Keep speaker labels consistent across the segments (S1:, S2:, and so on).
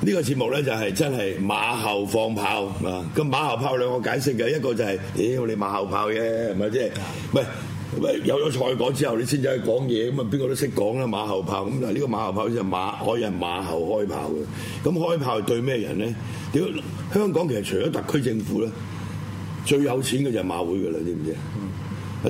S1: 呢個節目咧就係真係馬後放炮啊！咁馬後炮兩個解釋嘅，一個就係、屌、你馬後炮嘅，係咪即係喂？喂，有咗賽果之後，你先至去講嘢，咁啊邊個都識講啦，馬後炮咁嗱，呢個馬後炮就係馬海人馬後開炮嘅，咁開炮係對咩人咧？屌，香港其實除咗特區政府咧，最有錢嘅就係馬會嘅啦，知唔知啊？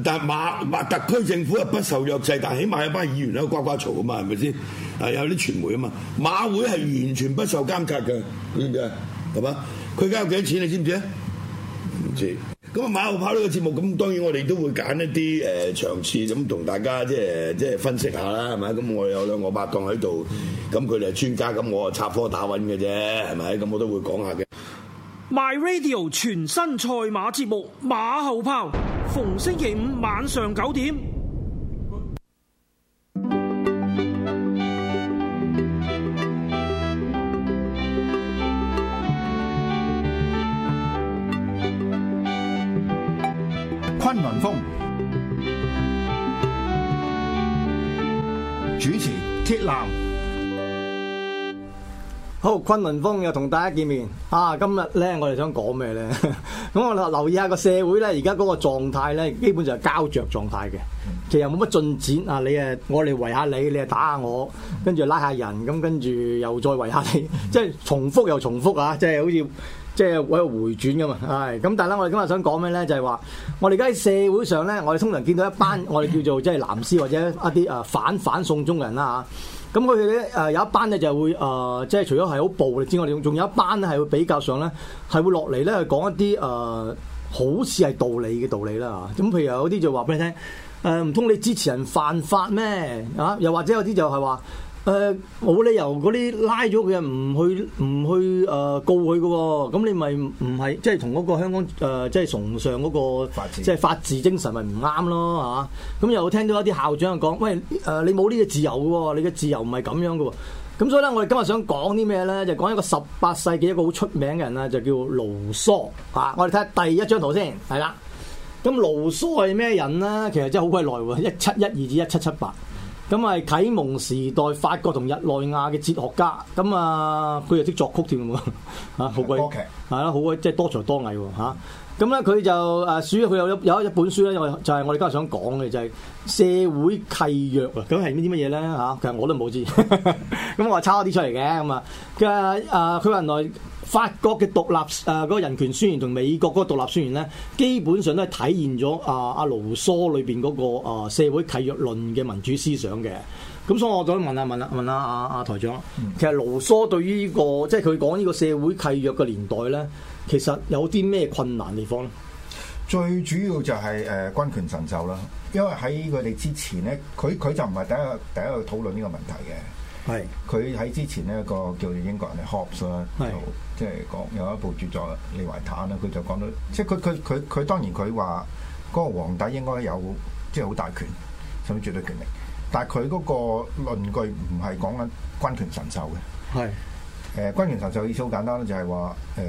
S1: 但係馬馬特區政府係不受約制，但起碼有班議員喺度呱呱嘈啊嘛，係咪先？啊有啲傳媒啊嘛，馬會係完全不受監察嘅，你知唔知啊？係嘛？佢而家有幾多錢你知唔知啊？唔知。咁啊，馬後炮呢個節目，咁當然我哋都會揀一啲誒、呃、場次咁同大家即係即係分析下啦，係咪？咁我有兩個拍檔喺度，咁佢哋係專家，咁我啊插科打諢嘅啫，係咪？咁我都會講下嘅。
S2: My Radio 全新賽馬節目《馬後炮》，逢星期五晚上九點。
S3: 崑崙風主持鐵男，
S4: 好，崑崙風又同大家見面啊！今日咧，我哋想講咩咧？ 咁我留意下個社會咧，而家嗰個狀態咧，基本上係膠着狀態嘅，其實又冇乜進展啊！你誒，我哋圍下你，你誒打下我，跟住拉下人，咁跟住又再圍下你， 即係重複又重複啊！即係好似即係喺度回轉噶嘛，係咁。但係咧，我哋今日想講咩咧？就係話我哋而家喺社會上咧，我哋通常見到一班我哋叫做即係藍絲或者一啲誒反反送中人啦啊嚇。咁佢哋咧誒有一班咧就會誒、呃即係除咗係好暴力之外，仲仲有一班咧係會比較上咧係會落嚟咧去講一啲誒、呃好似係道理嘅道理啦嚇。咁譬如有啲就話俾你聽，誒唔通你支持人犯法咩？啊，又或者有啲就係話。誒冇、理由嗰啲拉咗佢嘅唔去唔去誒、呃告佢嘅喎，咁你咪唔唔係即係同嗰個香港誒、呃即係崇尚嗰、個
S3: 法治
S4: 即係法治精神咪唔啱咯嚇。咁、又聽到一啲校長講，喂誒、呃你冇呢個自由嘅喎，你嘅自由唔係咁樣嘅喎。咁所以咧，我哋今日想講啲咩咧？就講一個十八世紀一個好出名嘅人啦，就叫盧梭嚇、啊我哋睇下第一張圖先，係啦。咁盧梭係咩人咧？其實真係好鬼耐喎，一七一二至一七七八。咁係啟蒙時代法國同日內亞嘅哲學家，咁啊佢又識作曲添喎，嚇好鬼
S3: 歌劇
S4: 係啦，好鬼即係多才多藝喎嚇咁咧佢就誒書佢有一有一本書咧，我就係我哋今日想講嘅就係、社會契約啊。咁係啲乜嘢咧嚇？其實我都冇知， 咁我抄一啲出嚟嘅咁啊。嘅誒佢話原來法國嘅獨立誒嗰、個人權宣言同美國嗰個獨立宣言咧，基本上都係體現咗啊阿盧梭裏邊嗰個、啊社會契約論嘅民主思想嘅。咁所以我想問下問下問下阿阿台長，其實盧梭對於呢、個即係佢講呢個社會契約嘅年代咧，其實有啲咩困難地方咧？
S3: 最主要就係誒軍權神授啦。因為喺佢哋之前咧，佢佢就唔係第一個第一個討論呢個問題嘅。
S4: 係
S3: 佢喺之前呢個叫做英國人嘅 Hobbes 啦，
S4: 係
S3: 就即係講有一部著作《利維坦》啦，佢就講到，即係佢佢佢佢當然佢話嗰個皇帝應該有即係好大權，甚至絕對權力，但係佢嗰個論據唔係講緊君權神授嘅。
S4: 係
S3: 誒、軍權神授意思好簡單啦，就係話誒，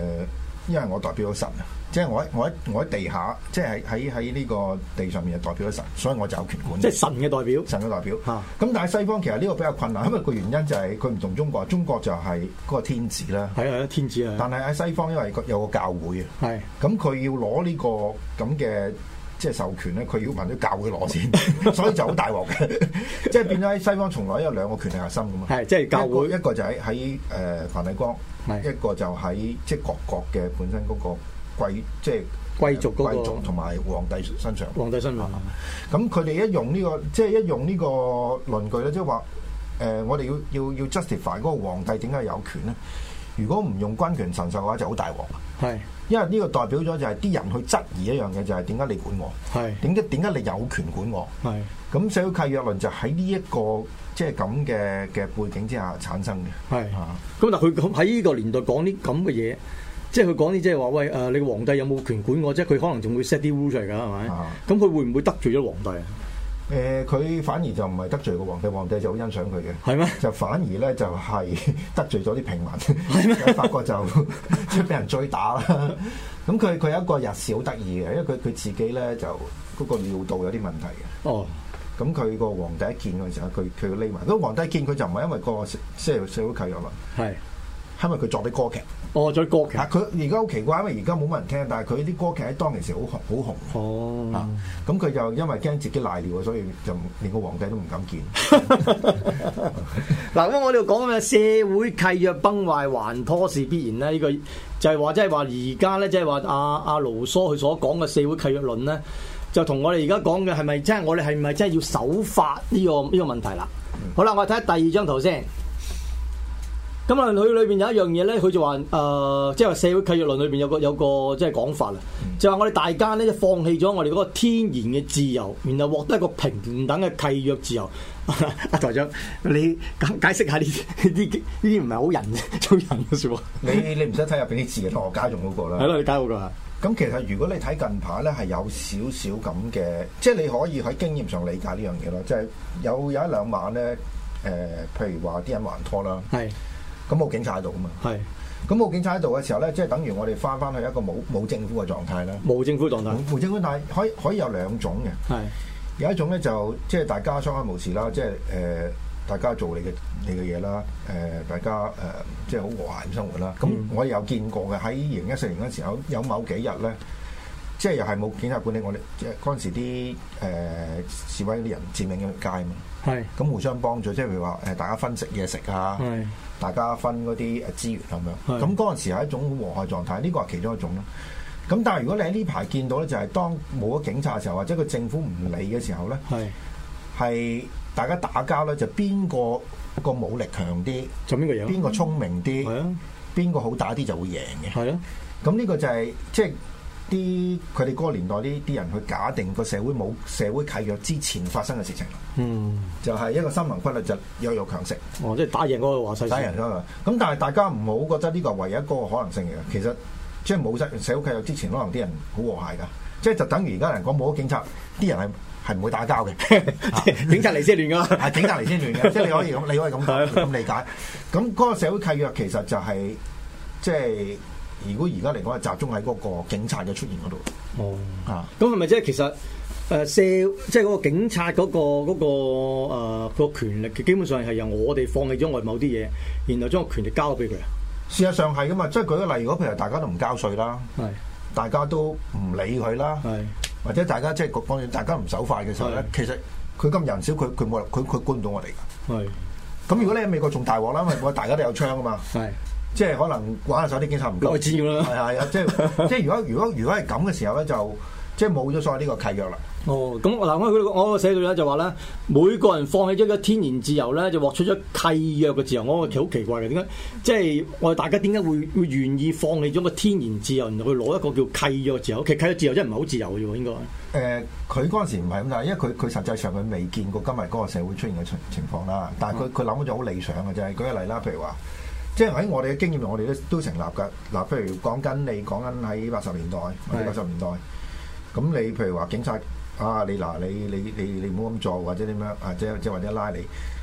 S3: 因為我代表咗神啊，即係我喺我喺我喺地下，即係喺喺呢個地上面就代表咗神，所以我就有權管理。
S4: 即係神嘅代表。
S3: 神嘅代表。咁、
S4: 啊
S3: 但係西方其實呢個比較困難，因為個原因就係佢唔同中國，中國就係嗰個天子啦。
S4: 係啊，天子啊，
S3: 但係喺西方，因為佢有個教會啊，
S4: 係
S3: 咁佢要攞呢個咁嘅即係授權咧，佢要問咗教會攞 先，所以就好大鑊嘅。即係變咗喺西方，從來有兩個權力核心噶嘛。
S4: 係即係教
S3: 一
S4: 會
S3: 個一個就喺喺誒梵蒂岡，
S4: 係
S3: 一個就喺即係各國嘅本身嗰個貴即係
S4: 貴族嗰個
S3: 貴族同埋皇帝身上。
S4: 皇帝身份。
S3: 咁佢哋一用呢、個即係一用呢個論據咧，即係話誒，我哋要要要 justify 嗰個皇帝點解有權咧？如果唔用君權神授嘅話，就好大鑊。
S4: 係
S3: 因為呢個代表咗就係啲人去質疑一樣嘢，就係點解你管我？
S4: 係
S3: 點解點解你有權管我？
S4: 係
S3: 咁社會契約論就喺呢一個即係咁嘅嘅背景之下產生嘅。
S4: 係。
S3: 啊
S4: 咁但係佢咁喺呢個年代講啲咁嘅嘢，即係佢講啲即係話喂誒、你皇帝有冇權管我啫？佢可能仲會 set 啲 rule 出嚟㗎，係咪
S3: 啊？
S4: 咁佢會唔會得罪咗皇帝啊？
S3: 誒，佢、反而就唔係得罪個皇帝，皇帝就好欣賞佢嘅。
S4: 係咩？
S3: 就反而咧就係得罪咗啲平民，喺法國就即係俾人追打啦。咁佢佢有一個日事好得意嘅，因為佢佢自己咧就嗰個尿道有啲問題嘅。
S4: 哦，
S3: 咁佢個皇帝一見嗰陣時候，佢佢匿埋。咁皇帝見佢就唔係因為個社即係社會契約啦，
S4: 係
S3: 因為佢作啲歌劇。
S4: 哦，再國劇
S3: 啊！佢而家好奇怪，因為而家冇乜人聽，但係佢啲歌劇喺當其時好紅，好紅。
S4: 哦，
S3: 啊！咁佢就因為驚自己賴尿啊，所以就連個皇帝都唔敢見。
S4: 嗱，咁我哋講嘅社會契約崩壞，還拖是必然咧。呢、個就係話，即係話而家咧，即係話阿阿盧梭佢所講嘅社會契約論咧，就同我哋而家講嘅係咪真係我哋係咪真係要守法呢、個呢、個問題啦？好啦，我哋睇下第二張圖先。咁啊，佢裏邊有一樣嘢咧，佢就話誒、呃即係話社會契約論裏邊有個有個即係講法啦，就話我哋大家咧放棄咗我哋嗰個天然嘅自由，然後獲得一個平等嘅契約自由。 阿台長，你 解解釋下呢啲呢啲呢啲唔係好人 做人嘅説話，
S3: 你你唔使睇入邊啲字嘅，羅家仲好過啦。
S4: 係咯，你解我㗎。
S3: 咁其實如果你睇近排咧，係有少少咁嘅，即係你可以喺經驗上理解呢樣嘢咯，即係有有一兩晚咧，誒、譬如話啲人還拖啦，
S4: 係
S3: 咁冇警察喺度啊嘛，
S4: 係
S3: 咁冇警察喺度嘅時候咧，即係等於我哋翻翻去一個冇冇政府嘅狀態啦。
S4: 無政府狀態，
S3: 冇政府，但係可以可以有兩種嘅，
S4: 係
S3: 有一種咧就即係大家相安無事啦，即係誒、呃大家做你嘅你嘅嘢啦，誒、大家誒、呃即係好和諧咁生活啦。咁我有見過嘅喺二零一四年嗰陣時候，有某幾日咧，即係又係冇警察管理，我哋即係嗰陣時啲誒、呃示威啲人佔領咗條街嘛，
S4: 係
S3: 咁互相幫助，即係譬如話誒大家分食嘢食啊，
S4: 係
S3: 大家分嗰啲誒呃資源咁
S4: 係
S3: 樣。咁嗰陣時係一種和諧狀態，呢個係其中一種啦。咁但係如果你喺呢排見到咧，就係當冇咗警察嘅時候，或者個政府唔理嘅時候咧，
S4: 係，
S3: 係大家打交咧，就邊個個武力強啲，
S4: 就邊個
S3: 邊
S4: 贏？啊
S3: 個聰明
S4: 係
S3: 啲，
S4: 啊
S3: 邊個好打啲就會贏嘅。
S4: 係啊，
S3: 咁呢個就係即係啲佢哋嗰個年代呢啲人去假定個社會冇社會契約之前發生嘅事情，
S4: 嗯，
S3: 就係一個森林規律就弱肉強食。
S4: 哦，即係打贏嗰個話世事
S3: 打人啦嘛。咁但係大家唔好覺得呢個係唯一一個可能性嚟嘅。其實即係冇社社會契約之前，可能啲人好和諧㗎。即係就等於而家人講冇咗警察，啲人係係唔會打交嘅。
S4: 警察嚟先亂㗎。
S3: 係警察嚟先亂嘅，即係你可以咁，你可以咁
S4: 係
S3: 咁理解。咁嗰個社會契約其實就係即係如果而家嚟講係集中喺嗰個警察嘅出現嗰度
S4: 哦。
S3: 啊。
S4: 咁係咪即係其實誒社即係嗰個警察嗰、個嗰、個誒、呃個權力，基本上係由我哋放棄咗我哋某啲嘢，然後將個權力交咗俾佢啊？
S3: 事實上係㗎嘛，即係舉個例，如果譬如大家都唔交稅啦，
S4: 係
S3: 大家都唔理佢啦。
S4: 係
S3: 或者大家即係講講嘢大家唔守法嘅時候
S4: 嗯
S3: 咧，其實佢咁人少，佢佢冇佢佢管唔到我哋㗎。
S4: 係
S3: 咁如果你喺美國仲大鑊啦，因為我大家都有槍啊嘛，
S4: 係
S3: 即係可能玩下手啲警察唔
S4: 內
S3: 夠，
S4: 戰咁
S3: 係
S4: 啦。
S3: 係啊，即係即係如果如果如果係咁嘅時候咧，就即係冇咗所謂呢個契約啦。
S4: 哦，咁嗱，我佢我寫到咧就話咧，每個人放棄咗個天然自由咧，就獲取咗契約嘅自由。我覺得好奇怪嘅，點解即係我哋大家點解會會願意放棄咗個天然自由，然後去攞一個叫契約自由？其實契約自由真係唔係好自由嘅喎，應該
S3: 誒，呃佢嗰陣時唔係咁，但係因為佢佢實際上佢未見過今日嗰個社會出現嘅情情況啦。但
S4: 嗯
S3: 係佢佢諗嗰種好理想嘅就係舉個例啦，譬如話，即係喺我哋嘅經驗，我哋都都成立㗎。嗱，譬如講緊你講緊喺八十年代或者九十年代，咁你譬如話警察啊，你嗱你你你你唔好咁做，或者點樣啊，即係即係或者拉你。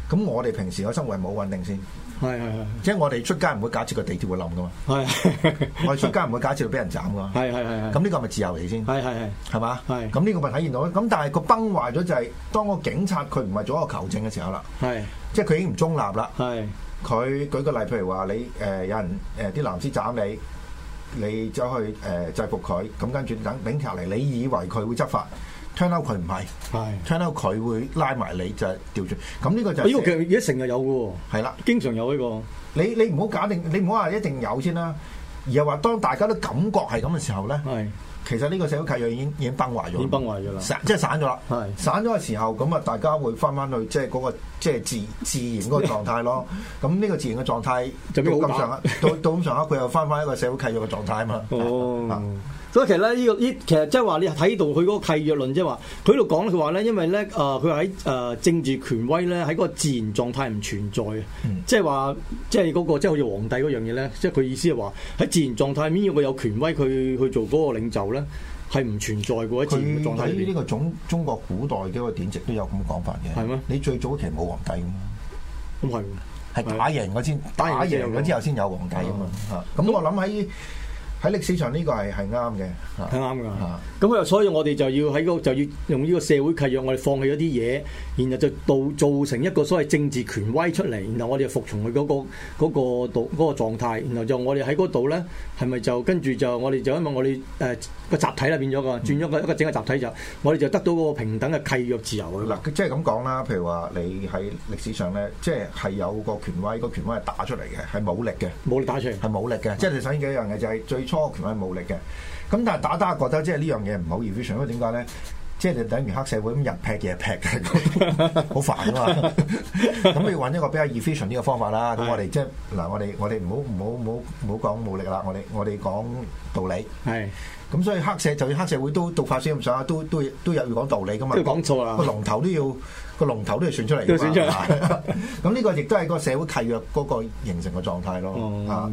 S3: 咁我哋平時嘅生活係冇穩定先，
S4: 係係
S3: 即係我哋出街唔會假設個地鐵會冧㗎嘛，
S4: 係係
S3: 我哋出街唔會假設會俾人斬㗎嘛。
S4: 係係係
S3: 咁呢個係咪自由嚟先？
S4: 係係係。
S3: 係嘛？
S4: 係
S3: 咁呢個咪體現到咯。咁但係個崩壞咗就係、當個警察佢唔係做一個求證嘅時候啦，
S4: 係
S3: 即係佢已經唔中立啦。
S4: 係
S3: 佢舉個例，譬如話你誒、呃有人誒啲藍絲斬你，你走去誒、呃制服佢，咁跟住等警察嚟，你以為佢會執法，turn out 佢唔係
S4: 係。哦
S3: ，turn out 佢會拉埋你就係調轉。咁呢個就
S4: 哎呢個其
S3: 係
S4: 實而家成日有嘅
S3: 係啦。
S4: 喎，經常有呢個。
S3: 你你唔好假定，你唔好話一定有先啦。而係話，當大家都感覺係咁嘅時候咧，
S4: 係
S3: 其實呢個社會契約已經已經崩壞咗，
S4: 已經崩壞咗啦
S3: 散即係散咗啦。
S4: 係
S3: 散咗嘅時候，咁啊，大家會翻翻去即係嗰個即係自自然嗰個狀態 咯。咁呢個自然嘅狀態
S4: 就變
S3: 到
S4: 好
S3: 咁上下，到到咁上下，佢又翻翻一個社會契約嘅狀態啊嘛。啊
S4: 哦。所以其實咧，呢個呢其實即係話你睇到佢嗰個契約論，即係話佢喺度講佢話咧，因為咧誒佢喺誒政治權威咧喺嗰個自然狀態唔存在嘅，
S3: 嗯
S4: 即係話即係嗰個即係好似皇帝嗰樣嘢咧，即係佢意思係話喺自然狀態面要個有權威佢去做嗰個領袖咧係唔存在嘅喎喺
S3: 佢
S4: 自然嘅狀態
S3: 喺
S4: 裏
S3: 呢
S4: 邊。
S3: 個中中國古代嘅一個典籍都有咁講法嘅。
S4: 係咩
S3: 你最早期冇皇帝㗎嘛，
S4: 咁係喎
S3: 係打贏咗先，
S4: 打
S3: 打
S4: 贏咗
S3: 贏
S4: 先有哦
S3: 咗之後先有皇帝啊嘛。啊咁我諗喺喺歷史上呢個係係啱嘅，啊嚇
S4: 係啱㗎
S3: 嚇。
S4: 咁啊，所以我哋就要喺個就要用呢個社會契約，我哋放棄咗啲嘢，然後就到造成一個所謂政治權威出嚟，然後我哋就服從佢嗰、個嗰、個度嗰、個狀態，然後就我哋喺嗰度咧，係咪就跟住就我哋就因為我哋誒個集體啦變咗個
S3: 嗯
S4: 轉咗個一個整個集體就我哋就得到嗰個平等嘅契約自由㗎啦。
S3: 嗱，即係咁講啦，譬如話你喺歷史上咧，即係係有個權威，個權威係打出嚟嘅，係武力嘅，
S4: 冇力打出嚟，
S3: 係武力嘅。即係你首先幾樣嘢就係最初個權威係武力嘅，咁但係打打覺得即係呢樣嘢唔好 evasion，因為點解咧？即係你等於黑社會咁人劈夜劈嘅， 好煩啊嘛！咁你揾一個比較 efficient 呢個方法啦。咁我哋即係嗱，我哋我哋唔好唔好唔好唔好講武力啦，我哋我哋講道理。
S4: 係
S3: 咁所以黑社就算黑社會都到法師咁上下，都都都有要講道理噶嘛。
S4: 都要講數啊
S3: 個龍頭都要個龍頭都要選出嚟㗎嘛。
S4: 都要選出嚟
S3: 係嘛 咁呢個亦都係個社會契約嗰個形成嘅狀態咯。
S4: 哦
S3: 啊，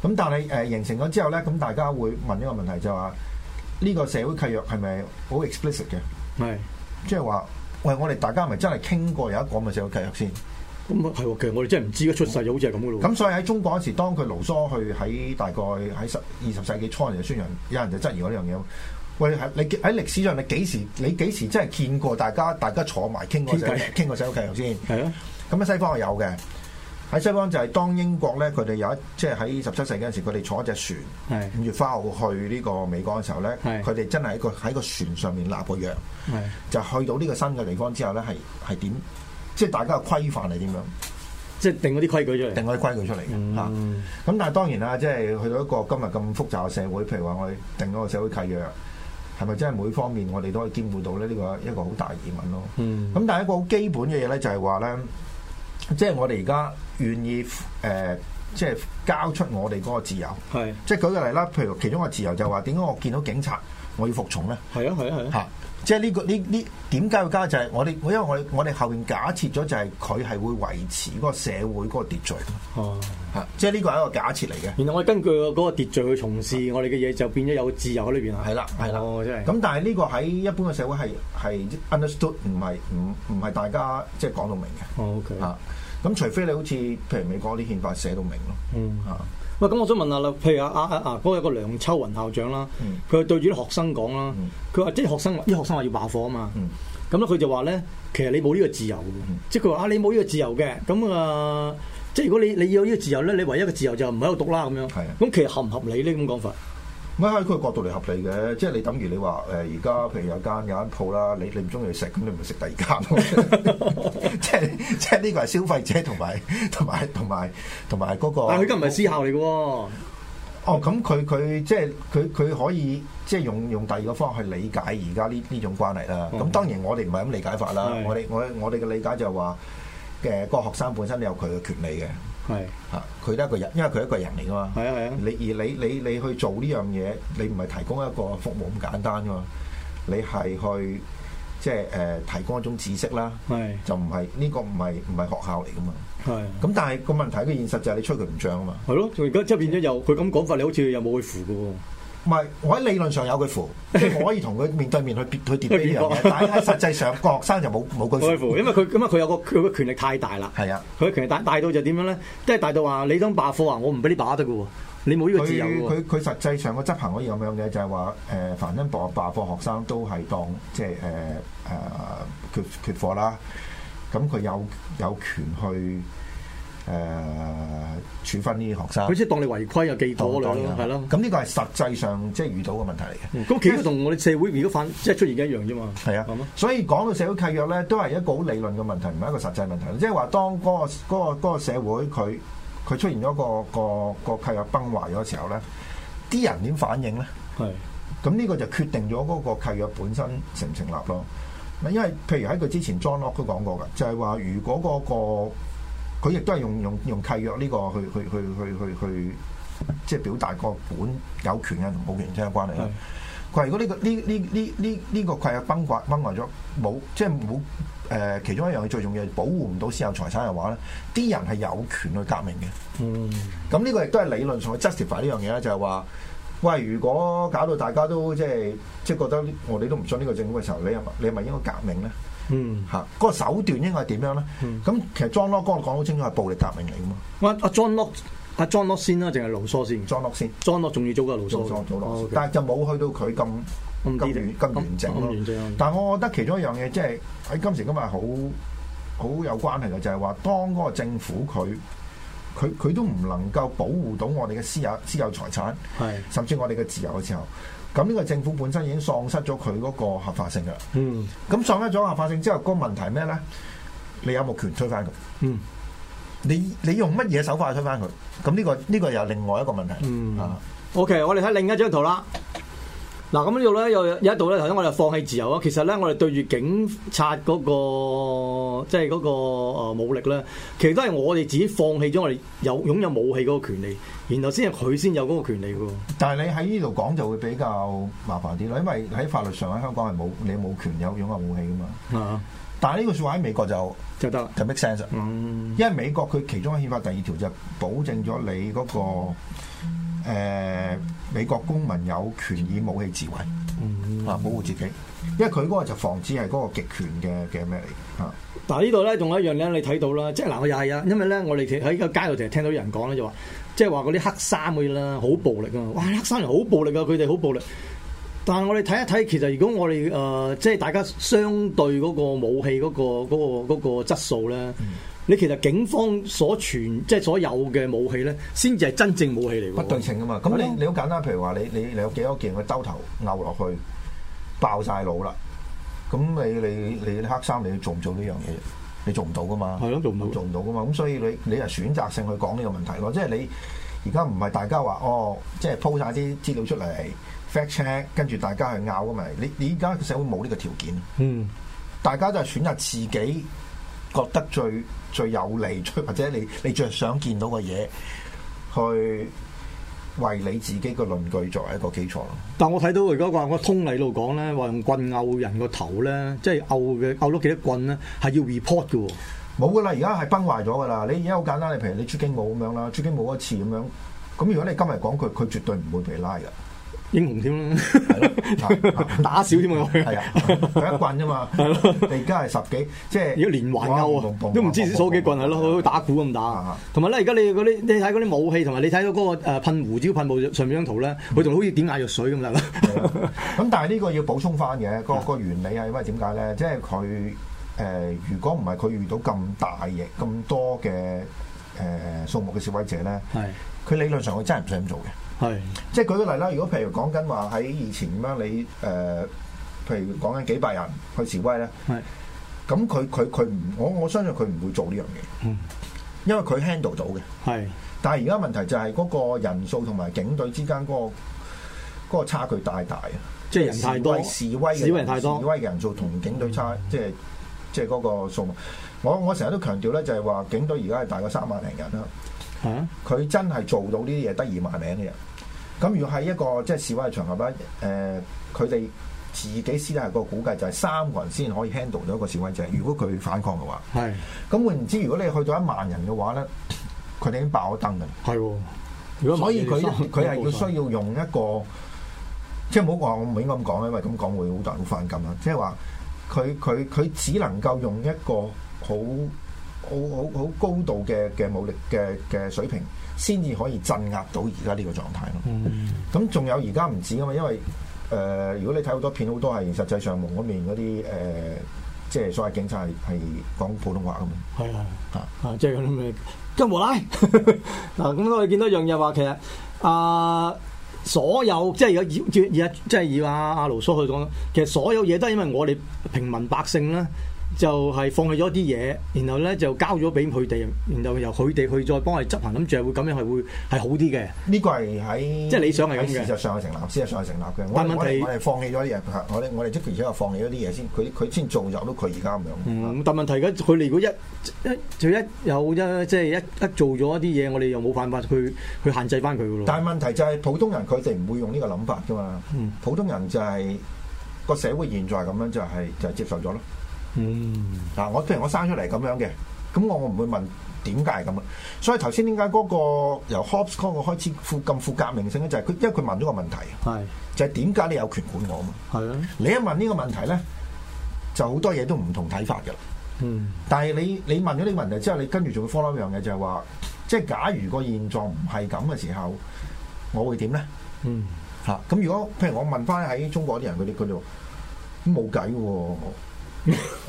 S3: 咁但係誒、呃形成咗之後咧，咁大家會問一個問題就係話、呢、個社會契約係咪好 explicit 嘅？
S4: 係。
S3: 即係話喂，我哋大家係咪真係傾過有一個咁嘅社會契約先？
S4: 咁啊係喎，其實我哋真係唔知嘅，出世就好似係
S3: 哦
S4: 咁嘅咯喎。
S3: 咁所以喺中國嗰時，當佢盧梭去喺大概喺十二十世紀初人就宣揚，有人就質疑我呢樣嘢。喂，係你喺歷史上你幾時你幾時真係見過大家大家坐埋傾過
S4: 傾偈
S3: 傾過社會契約先？
S4: 係啊，
S3: 咁喺西方係有嘅。喺西方就係當英國咧，佢哋有一即係喺十七世紀嗰陣時，佢哋坐一隻船
S4: 係
S3: 五月花號去呢個美國嘅時候咧，
S4: 係
S3: 佢哋真係喺個喺個船上面立個約，
S4: 係。
S3: 就去到呢個新嘅地方之後咧，係係點？即係大家嘅規範係點樣？
S4: 即係定嗰啲規矩出嚟。
S3: 定嗰啲規矩出嚟
S4: 嗯
S3: 嘅嚇。咁、但係當然啦，即係去到一個今日咁複雜嘅社會，譬如話我哋定嗰個社會契約，係咪真係每方面我哋都可以兼顧到咧？呢個一個好大疑問咯。咁、
S4: 嗯
S3: 但係一個好基本嘅嘢咧，就係話咧，即係我哋而家願意誒、呃即係交出我哋嗰個自由。
S4: 係
S3: 即係舉個例啦，譬如其中一個自由就係話，點解我見到警察我要服從咧？
S4: 係啊係啊係啊。
S3: 嚇、即係呢、個呢呢點解要加就係我哋，因為我哋我哋後邊假設咗就係佢係會維持嗰個社會嗰個秩序，
S4: 哦。
S3: 嚇，即係呢個係一個假設嚟嘅。
S4: 然後我哋根據嗰個秩序去從事我哋嘅嘢，就變咗有自由喺裏邊啊。
S3: 係啦，係啦，
S4: 哦，真係。
S3: 咁但係呢個喺一般嘅社會係係 understood，唔係唔唔係大家即係講到明嘅
S4: 哦，OK。
S3: 嚇。咁除非你好似譬如美國啲憲法寫到明咯啊
S4: 嗯。
S3: 嚇，
S4: 喂，咁我想問下啦，譬如啊啊啊，嗰個有個梁秋雲校長啦
S3: 嗯，
S4: 佢對住啲學生講啦
S3: 嗯，
S4: 佢話即係學生話，啲學生話要罷課啊嘛
S3: 嗯，
S4: 咁咧佢就話咧，其實你冇呢個自由嘅，即係佢話啊，你冇呢個自由嘅，咁啊，即係如果你你要有呢個自由咧，你唯一嘅自由就唔喺度讀啦咁樣
S3: 係啊，哦
S4: 咁其實合唔合理呢？咁講法？
S3: 咁喺佢角度嚟合理嘅，即係你等於你話誒而家譬如有間有間鋪啦，你你唔中意食，咁你咪食第二間咯。 即係即係呢個係消費者同埋同埋同埋同埋嗰個。
S4: 但係佢今日唔係私校嚟嘅喎。
S3: 哦，咁佢佢即係佢佢可以即係用用第二個方法去理解而家呢呢種關係啦。咁、
S4: 嗯
S3: 當然我哋唔係咁理解法啦
S4: 係。
S3: 我哋我我哋嘅理解就係話，誒、個學生本身有佢嘅權利嘅
S4: 係
S3: 嚇，佢都係一個人，因為佢係一個人嚟噶嘛。
S4: 係啊係啊
S3: 你而你你你去做呢樣嘢，你唔係提供一個服務咁簡單噶嘛，你係去即係誒、提供一種知識啦，
S4: 係
S3: 就唔係呢個唔係唔係學校嚟噶嘛。
S4: 係
S3: 咁但係個問題嘅現實就係你吹佢唔漲啊嘛。
S4: 係咯，而家即係變咗又佢咁講法，你好似又冇去扶嘅喎。
S3: 唔係，我喺理論上有佢 符，即係我可以同佢面對面去別去 d e 呢樣嘢，但係喺實際上個學生就冇冇
S4: 冇
S3: 佢
S4: 去扶，
S3: 符。
S4: 因為佢咁啊，佢有個佢個權力太大啦。
S3: 係啊，
S4: 佢嘅權力大大到就點樣咧？即係大到話你想罷課啊，我唔俾你罷得嘅喎，你冇呢個
S3: 佢
S4: 自由嘅喎。
S3: 佢佢實際上個執行可以咁樣嘅，就係話誒，凡因罷罷課學生都係當即係誒誒缺缺課啦，咁佢有有權去誒、處分呢啲學生
S4: 佢。即係當你違規又記
S3: 當
S4: 過咯，
S3: 然啦
S4: 係咯。
S3: 咁呢個係實際上即係遇到嘅問題嚟嘅。
S4: 咁其實同我哋社會而家反即係出現嘅一樣啫嘛。
S3: 係啊
S4: 係嘛，
S3: 所以講到社會契約咧，都係一個好理論嘅問題，唔係一個實際問題。即係話當嗰、個嗰、個嗰個社會佢佢出現咗個個個契約崩壞咗嘅時候咧，啲人點反應咧？
S4: 係
S3: 咁呢個就決定咗嗰個契約本身成唔成立咯。嗱，因為譬如喺佢之前 John Locke 都講過嘅，就係話如果嗰、個佢亦都係用用用契約呢個去去去去去去即係表達個本有權人同冇權之間嘅關係啦。佢話如果呢、個呢呢呢呢呢個契約崩壞崩壞咗，冇即係冇誒其中一樣嘢最重要係保護唔到私有財產嘅話咧，啲人係有權去革命嘅。
S4: 嗯
S3: 咁呢個亦都係理論上去 justify 呢樣嘢啦，就係話，喂，如果搞到大家都即係即係覺得呢我哋都唔信呢個政府嘅時候，你係咪你係咪應該革命咧？
S4: 嗯。
S3: 嚇、嗰個手段應該係點樣咧？咁、其實 John Locke 講得好清楚係暴力革命嚟噶嘛。
S4: 阿阿 John Locke 阿 John Locke 先啦，定係盧梭先
S3: 裝落先。
S4: ？John Locke 仲要早過盧
S3: 做
S4: 梭
S3: 做
S4: 嘅，
S3: 做落
S4: 哦，OK
S3: 但係就冇去到佢咁
S4: 咁
S3: 咁
S4: detail，
S3: 完咁完整
S4: 咁完整
S3: 咯
S4: 嗯。
S3: 但係我覺得其中一樣嘢，即係喺今時今日好好有關係嘅，就係話當嗰個政府佢佢佢都唔能夠保護到我哋嘅私有私有財產，
S4: 係
S3: 甚至我哋嘅自由嘅時候，咁呢個政府本身已經喪失咗佢嗰個合法性㗎啦。
S4: 嗯
S3: 咁喪失咗合法性之後，嗰個問題係咩咧？你有冇權推翻佢？
S4: 嗯
S3: 你你用乜嘢手法去推翻佢？咁呢、個呢、個又另外一個問題。
S4: 嗯
S3: 啊，
S4: ，OK，我哋睇另一張圖啦。嗱，咁呢度咧有有一度咧，頭先我哋放棄自由啊。其實咧，我哋對住警察嗰、個即係嗰個呃武力咧，其實都係我哋自己放棄咗我哋有擁有武器嗰個權利，然後先係佢先有嗰個權利嘅喎。
S3: 但係你喺呢度講就會比較麻煩啲咯，因為喺法律上喺香港係冇你冇權有擁有武器噶嘛。
S4: 啊，
S3: 但係呢個説話喺美國就
S4: 就得啦。
S3: 就 make sense 啦。
S4: 嗯，
S3: 因為美國佢其中嘅憲法第二條就保證咗你嗰、個、呃、美國公民有權以武器自衞啊，保護自己。因為佢嗰個就防止係嗰個極權嘅嘅咩嚟啊？
S4: 嗱呢度咧仲有一樣咧，你睇到啦，即係嗱，我又係啊，因為咧我哋其實喺個街度成日聽到有人講咧，就話即係話嗰啲黑衫嗰啲啦，好暴力啊！哇，黑衫人好暴力啊，佢哋好暴力。但係我哋睇一睇，其實如果我哋誒、呃即係大家相對嗰個武器嗰、個嗰、個嗰、個質素咧，你其實警方所存即係所有嘅武器咧，先至係真正武器嚟㗎喎。
S3: 不對稱噶嘛。咁你
S4: 係咯
S3: 你好簡單，譬如話你你你有幾多件佢兜頭拗落去爆晒腦啦，咁你你你你黑衫你做唔做呢樣嘢？你做唔到噶嘛？
S4: 係咯做唔到
S3: 做唔到噶嘛？咁所以你你係選擇性去講呢個問題咯，即係你而家唔係大家話哦，即係鋪晒啲資料出嚟 fact check，跟住大家去拗噶嘛？你你而家社會冇呢個條件，
S4: 嗯
S3: 大家都係選擇自己覺得最最有利， 最或者你你最想見到嘅嘢去。為你自己嘅論據作為一個基礎咯，
S4: 但我睇到而家話個通例度講咧，話用棍毆人個頭咧，即係毆嘅毆到幾多棍咧，係要 report 嘅喎。
S3: 冇噶啦，而家係崩壞咗噶啦。你而家好簡單，你譬如你朱經武咁樣啦，朱經武一次咁樣，咁如果你今日講佢，佢絕對唔會被拉噶。
S4: 英雄添啦
S3: 係咯，
S4: 打少添啊！佢
S3: 係啊，佢一棍啫嘛。你而家係十幾，即係
S4: 而家連環勾啊，都唔知數幾棍係咯，好似打鼓咁打
S3: 啊。
S4: 同埋咧，而家你嗰啲你睇嗰啲武器，同埋你睇到嗰個誒呃噴胡椒噴霧上面張圖咧，佢仲好似點眼藥水咁啦。
S3: 咁但係呢個要補充翻嘅，
S4: 嗯
S3: 個個原理係因為點解咧？即係佢誒，如果唔係佢遇到咁大型、咁多嘅誒、呃、數目嘅示威者咧，
S4: 係
S3: 佢理論上佢真係唔使咁做嘅。
S4: 係
S3: 即係舉啊個例啦，如果譬如講緊話喺以前咁樣，你誒、呃譬如講緊幾百人去示威咧，
S4: 係
S3: 咁佢佢佢唔，我我相信佢唔會做呢樣嘢
S4: 嗯，
S3: 因為佢 handle 到嘅。
S4: 係
S3: 但係而家問題就係嗰個人數同埋警隊之間嗰、個。嗰個差距大大啊！
S4: 即係人太多，
S3: 示威示威嘅
S4: 示威人太多
S3: 示威嘅人數同警隊差，即係即係嗰個數目。我我成日都強調咧，就係話警隊而家係大概三萬零人啦。
S4: 係啊
S3: 佢真係做到呢啲嘢得二萬名嘅人。咁如果喺一個即係示威嘅場合咧，誒、佢哋自己私底下個估計就係三個人先可以 handle 到一個示威者，如果佢反抗嘅話。
S4: 係
S3: 咁換言之，如果你去到一萬人嘅話咧，佢哋已經爆咗燈㗎啦。
S4: 係喎。如果
S3: 所以佢佢係要需
S4: 衰，
S3: 要用一個，即係唔好話我唔應該咁講，因為咁講會好多人好反感啦。即係話佢佢佢只能夠用一個好好好好高度嘅嘅武力嘅嘅水平，先至可以鎮壓到而家呢個狀態咯。
S4: 嗯
S3: 咁仲有而家唔止噶嘛，因為誒、呃如果你睇好多片，好多係實際上蒙嗰面嗰啲誒，即係所謂警察係係講普通話噶嘛。
S4: 係啊，啊，即係嗰啲咩金和拉 嗱，咁我哋見到一樣嘢話，其實啊，所有即係而家以以而家即係以阿阿盧梭去講，其實所有嘢都係因為我哋平民百姓咧。就係放棄咗啲嘢，然後咧就交咗俾佢哋，然後由佢哋去再幫我哋執行，諗住係會咁樣係會係好啲嘅。
S3: 呢個係喺
S4: 即係理想係咁嘅
S3: 喺事實上係成立，事實上係成立嘅。我
S4: 但
S3: 哋
S4: 問
S3: 我
S4: 題
S3: 哋我哋放棄咗啲嘢，我哋我哋即係而且係放棄咗啲嘢先，佢佢先造就到佢而家咁樣。
S4: 嗯，但問題而家佢哋如果一一就一有一即係一一做咗一啲嘢，我哋又冇辦法去去限制翻佢噶咯。
S3: 但係問題就係普通人佢哋唔會用呢個諗法㗎嘛
S4: 嗯。
S3: 普通人就係個社會現在咁樣就係就係接受咗咯。
S4: 嗯，
S3: 嗱，我譬如我生出嚟咁樣嘅，咁我我唔會問點解係咁啊。所以頭先點解嗰個由 Hobbes 嗰個開始富咁富革命性咧，就係佢因為佢問咗個問題，啊
S4: 係
S3: 就係點解你有權管我啊嘛？
S4: 係啊，
S3: 你一問呢個問題咧，就好多嘢都唔同睇法㗎啦。
S4: 嗯
S3: 但係你你問咗呢個問題之後，你跟住仲要 follow 一樣嘢，就係話即係假如個現狀唔係咁嘅時候，我會點咧？
S4: 嗯，
S3: 嚇！咁如果譬如我問翻喺中國啲人，佢哋佢哋話咁冇計喎，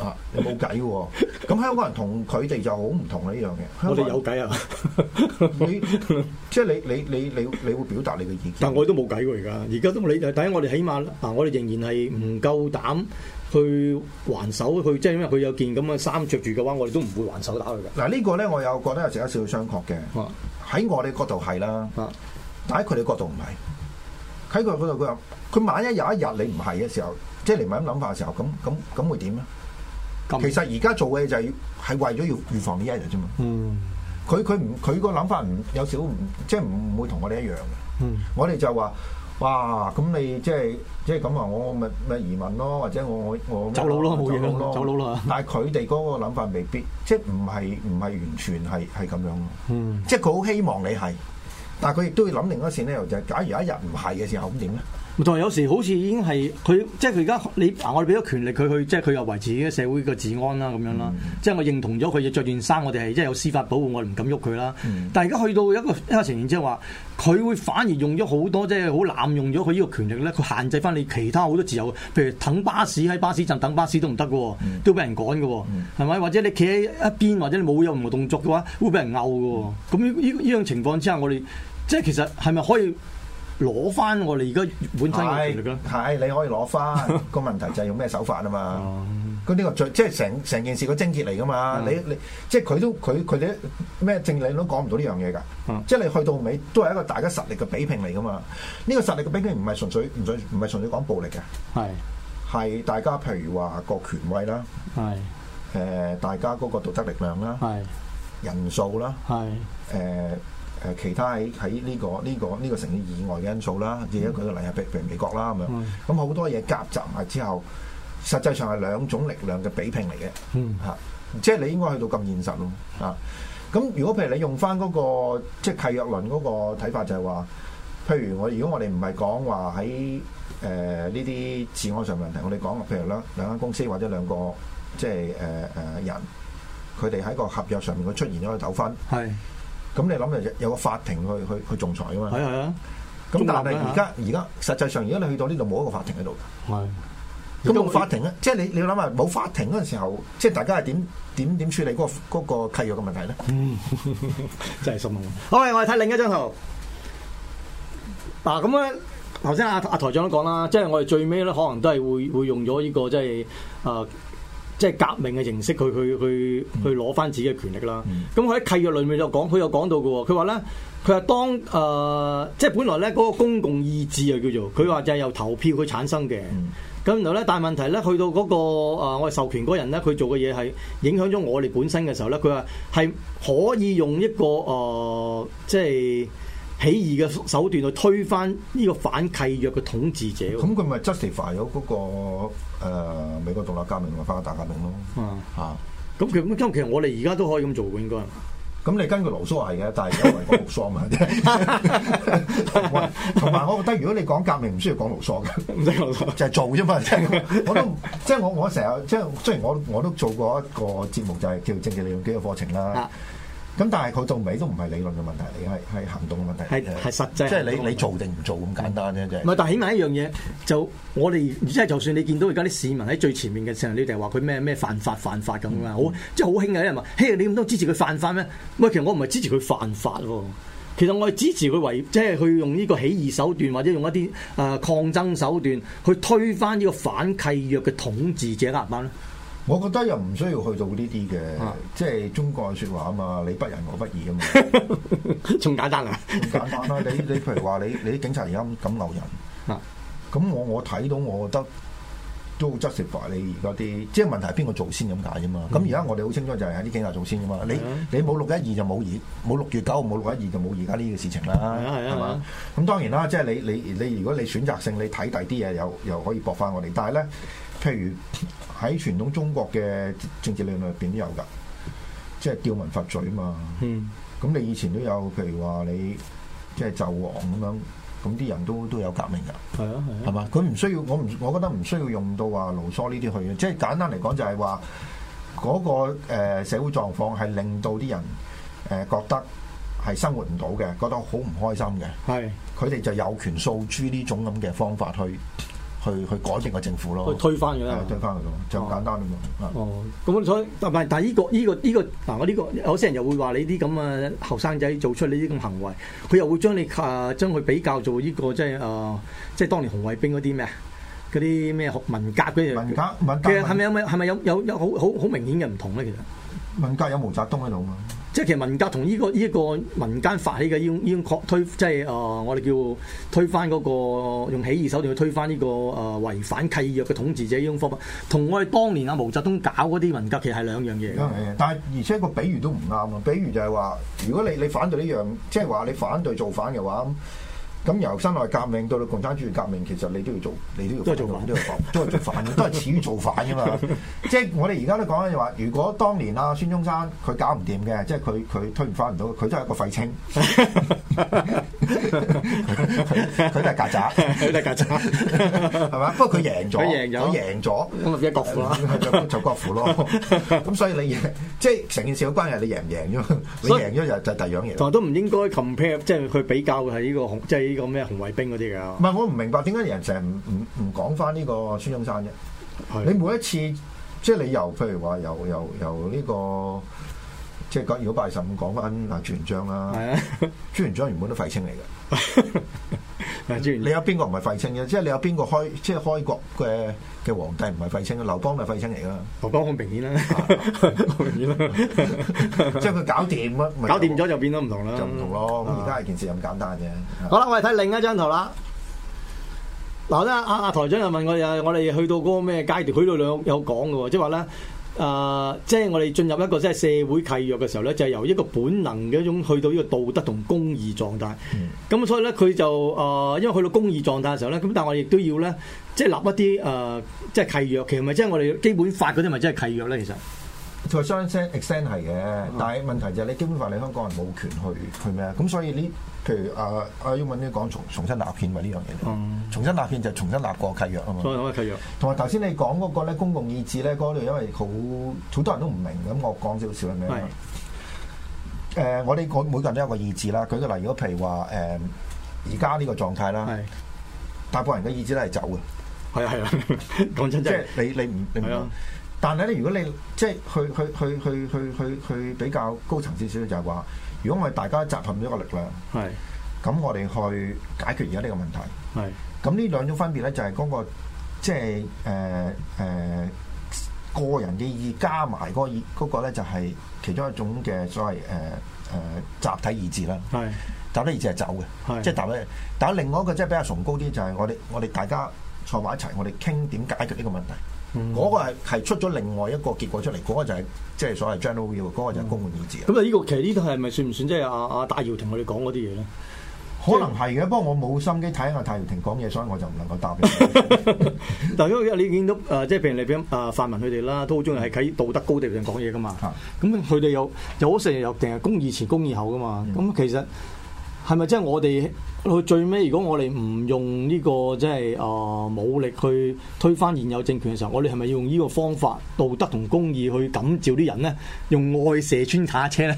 S3: 啊你冇計喎。咁香港人同佢哋就好唔同啦呢樣嘢。香
S4: 我哋
S3: 港
S4: 有計啊，
S3: 你即係你你你你你會表達你嘅意見。
S4: 但我哋都冇計喎而家，而家都你睇下我哋起碼嗱，我哋仍然係唔夠膽去還手，去即係因為佢有件咁嘅衫着住嘅話，我哋都唔會還手打佢
S3: 嗱呢個咧，我又覺得有時有少少商榷嘅。
S4: 㗎。啊
S3: 喺我哋角度係啦，
S4: 啊！
S3: 但喺佢哋角度唔係。喺佢哋角度，佢話佢萬一有一日你唔係嘅時候，即係你唔係咁諗法嘅時候，咁咁咁會點咧？
S4: 咁
S3: 其實而家做嘅嘢就係要係為咗要預防呢一日啫嘛。
S4: 嗯
S3: 佢佢唔佢個諗法唔有少唔即係唔會同我哋一樣嘅。
S4: 嗯
S3: 我哋就話。哇！咁你即係即係咁啊！我咪咪移民咯，或者我我我
S4: 走佬咯冇嘢啦走佬啦
S3: 但係佢哋嗰個諗法未必，即係唔係唔係完全係係咁樣咯。
S4: 嗯
S3: 即係佢好希望你係，但係佢亦都要諗另一個 scenario，就係假如有一日唔係嘅時候，咁點咧？
S4: 同埋有時好似已經係佢，即係佢而家你嗱，我哋俾咗權力佢去，即係佢又維持嘅社會嘅治安啦，咁樣啦。即係我認同咗佢着件衫，我哋係即係有司法保護，我哋唔敢喐佢啦。但係而家去到一個一個情形，即係話佢會反而用咗好多，即係好濫用咗佢呢個權力咧，佢限制翻你其他好多自由，譬如等巴士喺巴士站等巴士都唔得嘅喎，都俾人趕嘅喎，係咪？或者你企喺一邊，或者你冇任何動作嘅話，會俾人毆嘅喎。咁呢呢呢樣情況之下，我哋即係其實係咪可以？攞翻我哋而家本身嘅權力
S3: 係係，
S4: 咧，
S3: 你可以攞翻個問題就係用咩手法啊嘛。咁呢個最即係成成件事個症結嚟噶嘛？你你即係佢都佢佢哋咩正理都講唔到呢樣嘢㗎
S4: 嗯。
S3: 即係你去到尾都係一個大家實力嘅比拼嚟噶嘛。呢個實力嘅比拼唔係純粹唔純唔係純粹講暴力嘅，
S4: 係
S3: 係大家譬如話個權威啦，
S4: 係
S3: 誒大家嗰個道德力量啦，
S4: 係
S3: 人數啦。
S4: 係
S3: 誒誒呃其他喺喺呢個呢、個呢、個城市以外嘅因素啦，而家舉個例係譬如譬如美國啦咁樣
S4: 嗯，
S3: 咁好多嘢夾雜埋之後，實際上係兩種力量嘅比拼嚟嘅
S4: 嗯
S3: 嚇，即係你應該去到咁現實咯嚇。咁如果譬如你用翻嗰、個即係契約論嗰個睇法就係話，譬如我如果我哋唔係講話喺誒呢啲治安上問題，我哋講譬如兩兩間公司或者兩個即係誒誒人，佢哋喺個合約上面佢出現咗個糾紛。
S4: 係
S3: 咁你諗就有個法庭去去去仲裁噶嘛？
S4: 係啊
S3: 咁
S4: 中立
S3: 但係
S4: 啦
S3: 而家而家實際上而家你去到呢度冇一個法庭喺度㗎，
S4: 係啊
S3: 咁冇法庭咧，啊即係你你要諗下冇法庭嗰陣時候，即係大家係點點點處理嗰、個嗰個契約嘅問題
S4: 嗯
S3: 咧？
S4: 真係心痛。好，我哋睇另一張圖。嗱咁咧，頭先阿阿台長都講啦，即係我哋最尾咧，可能都係會會用咗呢、個即係啊誒。即係革命嘅形式，去去去去攞翻自己嘅權力啦。咁佢喺契約裏面就講，佢有講到嘅喎，佢話咧，佢話當誒、呃即係本來咧嗰、個公共意志啊叫做，佢話就係由投票佢產生嘅。咁然後咧，但係問題咧，去到嗰、個、呃、我哋授權嗰人咧，佢做嘅嘢係影響咗我哋本身嘅時候咧，佢話係可以用一個誒、呃即係起義嘅手段去推翻呢個反契約嘅統治者喎。
S3: 咁佢咪 justify 咗嗰、個、呃、美國獨立革命同埋法國大革命咯？
S4: 啊
S3: 啊！
S4: 咁其咁其實我哋而家都可以咁做嘅應該係嘛。
S3: 咁你根據盧梭係嘅，但係而家為國盧梭嘛， 同埋同埋我覺得如果你講革命唔需要講盧梭嘅。
S4: 唔使講錯。
S3: 就係做啫嘛，即係我都即係我我成日即係雖然我我都做過一個節目就係叫政治理論幾個課程啦
S4: 啊，
S3: 咁但係佢到尾都唔係理論嘅問題嚟，係係行動嘅問題嚟嘅，
S4: 係係實際
S3: 即係
S4: 行動
S3: 你你做定唔做咁簡單啫，即
S4: 唔
S3: 係
S4: 係，但係起碼一樣嘢，就我哋即係就算你見到而家啲市民喺最前面嘅時候，你哋話佢咩咩犯法犯法咁啊，好即係好興嘅有人話，嘿，你咁多支持佢犯法咩？喂，其實我唔係支持佢犯法喎。其實我係支持佢為，即係去用呢個起義手段，或者用一啲誒、呃抗爭手段去推翻呢個反契約嘅統治者啱唔啱咧？
S3: 我覺得又唔需要去到呢啲嘅
S4: 啊，
S3: 即係中國嘅説話啊嘛，你不仁我不義啊 嘛，
S4: 仲簡單啊！
S3: 咁簡單啦。你你譬如話你你啲警察而家咁牛人。
S4: 啊
S3: 咁我我睇到，我覺得都好 justify 你而家啲，即係問題係邊個做先咁解啫嘛。
S4: 嗯
S3: 咁而家我哋好清楚就係喺啲警察做先噶嘛。你
S4: 啊
S3: 你冇六一二就冇二，冇六月九，冇六一二就冇而家呢個事情啦，
S4: 係啊係啊
S3: 係嘛？咁當然啦，即係你你你如果你選擇性你睇第啲嘢又又可以駁翻我哋，但係咧，譬如喺傳統中國嘅政治理論入邊都有㗎，即係吊民伐罪啊嘛。
S4: 嗯，
S3: 咁你以前都有，譬如話你即係紂王咁樣，咁啲人都都有革命㗎。
S4: 係啊，係啊。
S3: 係嘛？佢唔需要，我唔，我覺得唔需要用到話盧梭呢啲去嘅，即係簡單嚟講就係話嗰個、呃、社會狀況係令到啲人誒、呃、覺得係生活唔到嘅，覺得好唔開心嘅，
S4: 係啊
S3: 佢哋就有權訴諸呢種咁嘅方法去去去改變個政府咯，
S4: 去推翻佢啦
S3: 係。推翻佢咯，就咁簡單啫嘛。啊
S4: 哦，咁所以但係但係依個依個依個嗱，我呢個有些人又會話你啲咁嘅後生仔做出呢啲咁行為，佢又會將你啊將佢比較做呢個即係啊即係當年紅衛兵嗰啲咩啊嗰啲咩學文革嗰啲
S3: 文革文革
S4: 其實係咪有係咪有有有好好好明顯嘅唔同咧？其實
S3: 文革有毛澤東喺度啊嘛？
S4: 即係其實文革同呢、個呢、個民間發起嘅呢種呢種抗推，即係誒、呃我哋叫推翻嗰、個用起義手段去推翻呢、個誒、呃、違反契約嘅統治者呢種方法，同我哋當年阿毛澤東搞嗰啲文革其實係啊兩樣嘢嚟嘅。
S3: 但係而且個比喻都唔啱啊！比喻就係話，如果你你反對呢樣，即係話你反對造反嘅話，咁咁由辛亥革命到到共產主義革命，其實你都要做，你都要
S4: 都係造反
S3: 都要反都係造 反嘅，都係始於造反噶嘛。即係我哋而家都講緊就話，如果當年啊孫中山佢搞唔掂嘅，即係佢佢推唔翻唔到，佢都係一個廢 青，佢佢都係曱甴，
S4: 佢都係曱甴
S3: 係嘛？不過佢贏咗，
S4: 佢贏咗
S3: 佢贏咗。
S4: 咁啊咪變咗國父啦。
S3: 就就國父咯。咁所以你贏，即係成件事嘅關係，你贏唔贏啫嘛？你
S4: 所以
S3: 贏咗就就第二樣嘢啦。
S4: 同埋都唔應該 compare，即係去比較係呢個紅，即係呢個咩紅衛兵嗰啲
S3: 唔
S4: 㗎。
S3: 係我唔明白點解人成日唔唔唔講翻呢個孫中山啫？你
S4: 係
S3: 每一次即係你由譬如話由由由呢個即係講如果八十五講翻啊朱元璋啦，
S4: 係啊，
S3: 朱元璋原本都廢青嚟嘅。
S4: 嗱，朱元
S3: 你有邊個唔係廢青嘅？即係你有邊個開即係開國嘅嘅皇帝唔係廢青嘅？劉邦咪廢青嚟㗎啦，
S4: 劉邦好明顯啦，好明顯 啦，
S3: 即係佢搞掂啦，咪
S4: 搞掂咗就變咗唔同啦，
S3: 就唔同咯。咁而
S4: 啊
S3: 家係件事咁簡單啫。
S4: 好啦，我哋睇另一張圖啦。嗱，咧阿阿台長又問我哋，我哋去到嗰個咩階段？佢度兩有講嘅喎，即係話咧，誒、啊即係我哋進入一個即係社會契約嘅時候咧，就係、由一個本能嘅一種去到呢個道德同公義狀態。咁、
S3: 嗯
S4: 所以咧，佢就誒、因為去到公義狀態嘅時候咧，咁但係我哋亦都要咧，即係立一啲誒、呃即係契約，其實咪即係我哋基本法嗰啲咪即係契約咧，其實。
S3: 佢相 extend extend 係嘅，
S4: 嗯
S3: 但係問題就係你基本法你香港人冇權去去咩啊？咁所以呢，譬如啊阿英文呢講重重新立憲咪呢樣嘢，
S4: 嗯
S3: 重新立憲就重新立過契約啊嘛。
S4: 所以講嘅契約，
S3: 同埋頭先你講嗰個咧公共意志咧嗰度，因為好好多人都唔明，咁我講少少係咩啊？誒、我哋我每個人都有個意志啦。舉個例，如果譬如話誒而家呢個狀態啦，
S4: 係
S3: 大部分人嘅意志都係走嘅。
S4: 係啊係啊，講真
S3: 即
S4: 真係
S3: 係。你你唔你
S4: 係啊
S3: 唔，但係咧，如果你即係去去去去去去去比較高層次少少，就係話，如果我哋大家集合咗個力量，
S4: 係
S3: 咁我哋去解決而家呢個問題。
S4: 係
S3: 咁呢兩種分別咧，就係嗰個即係誒誒個人嘅意加埋嗰個意嗰個咧，就係其中一種嘅所謂誒誒集體意志啦。
S4: 係
S3: 集體意志係走嘅，
S4: 係
S3: 即係集體。但係另外一個即係比較崇高啲，就係我哋我哋大家坐埋一齊，我哋傾點解決呢個問題。
S4: 嗯
S3: 嗰個係係出咗另外一個結果出嚟，嗰、個就係即係所謂 general will，嗰個就係公共意志啊。
S4: 咁啊，呢個其實呢度係咪算唔算即係阿阿戴耀廷我哋講嗰啲嘢咧？
S3: 可能係嘅，不過我冇心機睇下太陽庭講嘢，所以我就唔能夠答 你。
S4: 但因為你見到誒、呃即係譬如你俾誒泛民佢哋啦，都好中意係喺道德高地上講嘢噶嘛
S3: 啊。
S4: 咁佢哋又又好成日又定係公義前公義後噶嘛。咁、其實係咪即係我哋去最尾，如果我哋唔用呢、個即係誒、呃武力去推翻現有政權嘅時候，我哋係咪要用呢個方法道德同公義去感召啲人咧？用愛射穿卡車咧？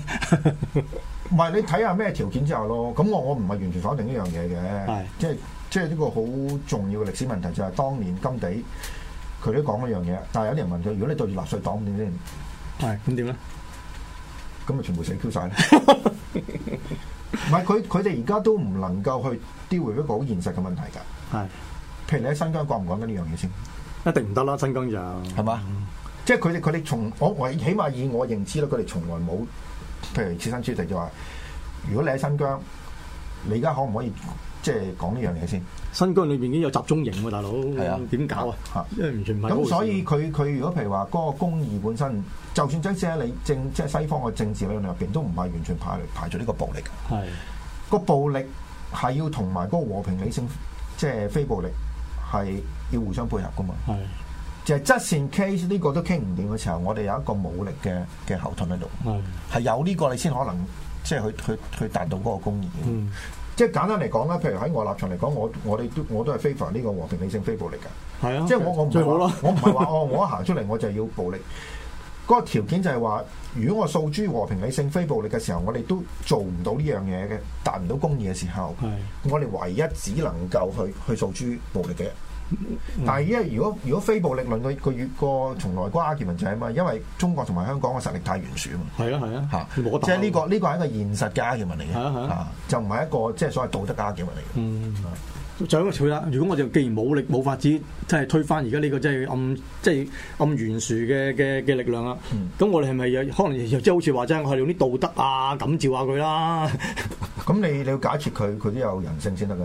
S3: 唔係你睇下咩條件之下咯。咁我我唔係完全否定呢樣嘢
S4: 係
S3: 嘅，即係即係呢個好重要嘅歷史問題就係、當年金地佢都講嗰樣嘢，但係有啲人問佢：如果你對住納粹黨點先？
S4: 係咁點咧？
S3: 咁咪全部死 Q 晒咧。 唔係佢佢哋而家都唔能夠去 deal with 一個好現實嘅問題㗎。
S4: 係
S3: 譬如你喺新疆講唔講緊呢樣嘢先？
S4: 一定唔得啦，新疆就
S3: 係嘛？即係佢哋佢哋從我我起碼以我認知咧，佢哋從來冇譬如設身處地就話，如果你喺新疆，你而家可唔可以即係講呢樣嘢先？
S4: 新疆裏邊已經有集中營喎，大佬，
S3: 係啊
S4: 點搞啊
S3: 啊？
S4: 因為完全唔係嗰回
S3: 咁
S4: 事啊
S3: 所以佢佢如果譬如話嗰個公義本身，就算即使喺你政即係西方嘅政治理論入邊，都唔係完全排排除呢個暴力嘅。
S4: 係
S3: 個暴力係要同埋嗰個和平理性，即係非暴力係要互相配合噶嘛。
S4: 係
S3: 就係 just in case 呢個都傾唔掂嘅時候，我哋有一個武力嘅嘅後盾喺度。
S4: 係
S3: 係有呢個你先可能即係去去去達到嗰個公義。
S4: 嗯
S3: 即係簡單嚟講啦，譬如喺我立場嚟講，我我哋都我都係 favor 呢個和平理性非暴力㗎。
S4: 係啊，
S3: 即係我我唔
S4: 最
S3: 係
S4: 好
S3: 話
S4: 啦，
S3: 我唔係話哦，我一行出嚟我就要暴力。嗰個條件就係話，如果我訴諸和平理性非暴力嘅時候，我哋都做唔到呢樣嘢嘅，達唔到公義嘅時候，我哋唯一只能夠去去訴諸暴力嘅。
S4: 嗯
S3: 但係因為如果如果非暴力論佢佢越個從來嗰個 argument 就係嘛，因為中國同埋香港嘅實力太懸殊啊嘛。
S4: 係啊係啊，
S3: 嚇，
S4: 你
S3: 即
S4: 冇得打
S3: 係呢個呢個係一個現實嘅 argument 嚟嘅，
S4: 係啊係啊
S3: 啊就唔係一個即係所謂道德嘅 argument 嚟嘅。
S4: 就咁佢啦。如果我哋既然冇力冇法子，即係推翻而家呢個即係暗即係暗懸殊嘅嘅嘅力量啦。咁、我哋係咪又可能又即係好似話齋，我係用啲道德啊感召下佢啦？
S3: 咁你你要假設佢佢都有人性先得 㗎。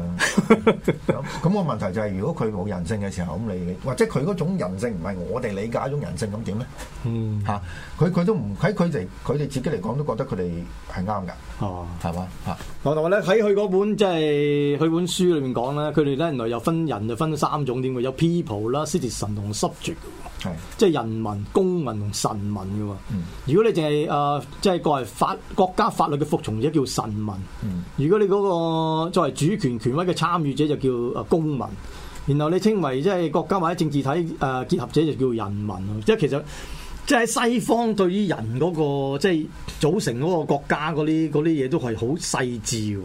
S3: 咁咁個問題就係，如果佢冇人性嘅時候，咁你你或者佢嗰種人性唔係我哋理解嗰種人性，咁點咧？
S4: 嗯，
S3: 嚇，佢佢都唔喺佢哋佢哋自己嚟講都覺得佢哋係啱㗎，
S4: 哦。
S3: 係嘛嚇？
S4: 我同埋咧喺佢嗰本即係佢本書裏面講咧，佢哋咧原來又分人就分三種點嘅，有 people 啦、citizen 同 subject，
S3: 係
S4: 即係人民、公民同臣民嘅喎。
S3: 嗯
S4: 如果你淨係誒即係作為法國家法律嘅服從者叫臣民，
S3: 嗯
S4: 如果你嗰、個作為主權權威嘅參與者就叫誒公民。然後你稱為即係國家或者政治體誒、呃、結合者就叫人民喎，即係其實即係喺西方對於人嗰、個即係組成嗰個國家嗰啲嗰啲嘢都係好細緻嘅喎。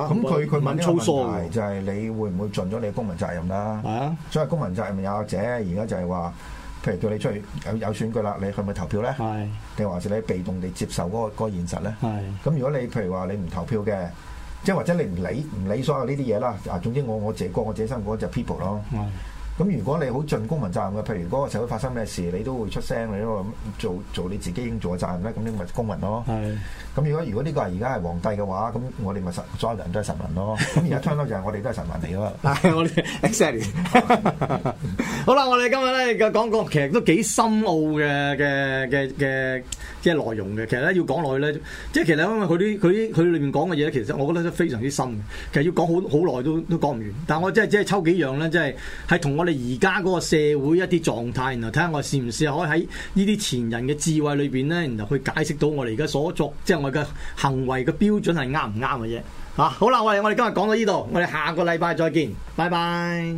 S4: 啊
S3: 咁佢佢問呢個
S4: 粗疏
S3: 問題
S4: 喎，
S3: 就係你會唔會盡咗你嘅公民責任啦
S4: 係？啊，
S3: 所謂公民責任有者，而家就係話，譬如叫你出去有有選舉啦，你去唔去投票咧？
S4: 係
S3: 定還是你被動地接受嗰、個嗰、個現實咧？
S4: 係
S3: 咁如果你譬如話你唔投票嘅，即係或者你唔理唔理所有呢啲嘢啦，啊總之我我自己過我自己生活就 people 咯。
S4: 係
S3: 咁如果你好盡公民責任嘅，譬如嗰個社會發生咩事，你都會出聲，你都會做做你自己應做嘅責任咧，咁你咪公民咯。
S4: 係
S3: 咁如果如果呢個係而家係皇帝嘅話，咁我哋咪實所有人都係臣民咯。咁而家 turn out 就係我哋都係臣民嚟噶嘛。
S4: 係我哋 exactly。好啦，我哋今日咧嘅講個其實都幾深奧嘅嘅嘅嘅嘅內容嘅。其實咧要講落去咧，即係其實因為佢啲佢啲佢裏面講嘅嘢咧，其實我覺得都非常之深嘅。其實要講好好耐都都講唔完。但我即係即係抽幾樣咧，即係係同我哋而家嗰個社會一啲狀態，然後睇下我試唔試可以喺呢啲前人嘅智慧裏邊咧，然後去解釋到我哋而家所作即係我哋嘅行為嘅標準係啊啱唔啱嘅啫。嚇、好啦，我哋我哋今日講到呢度，我哋下個禮拜再見，拜拜。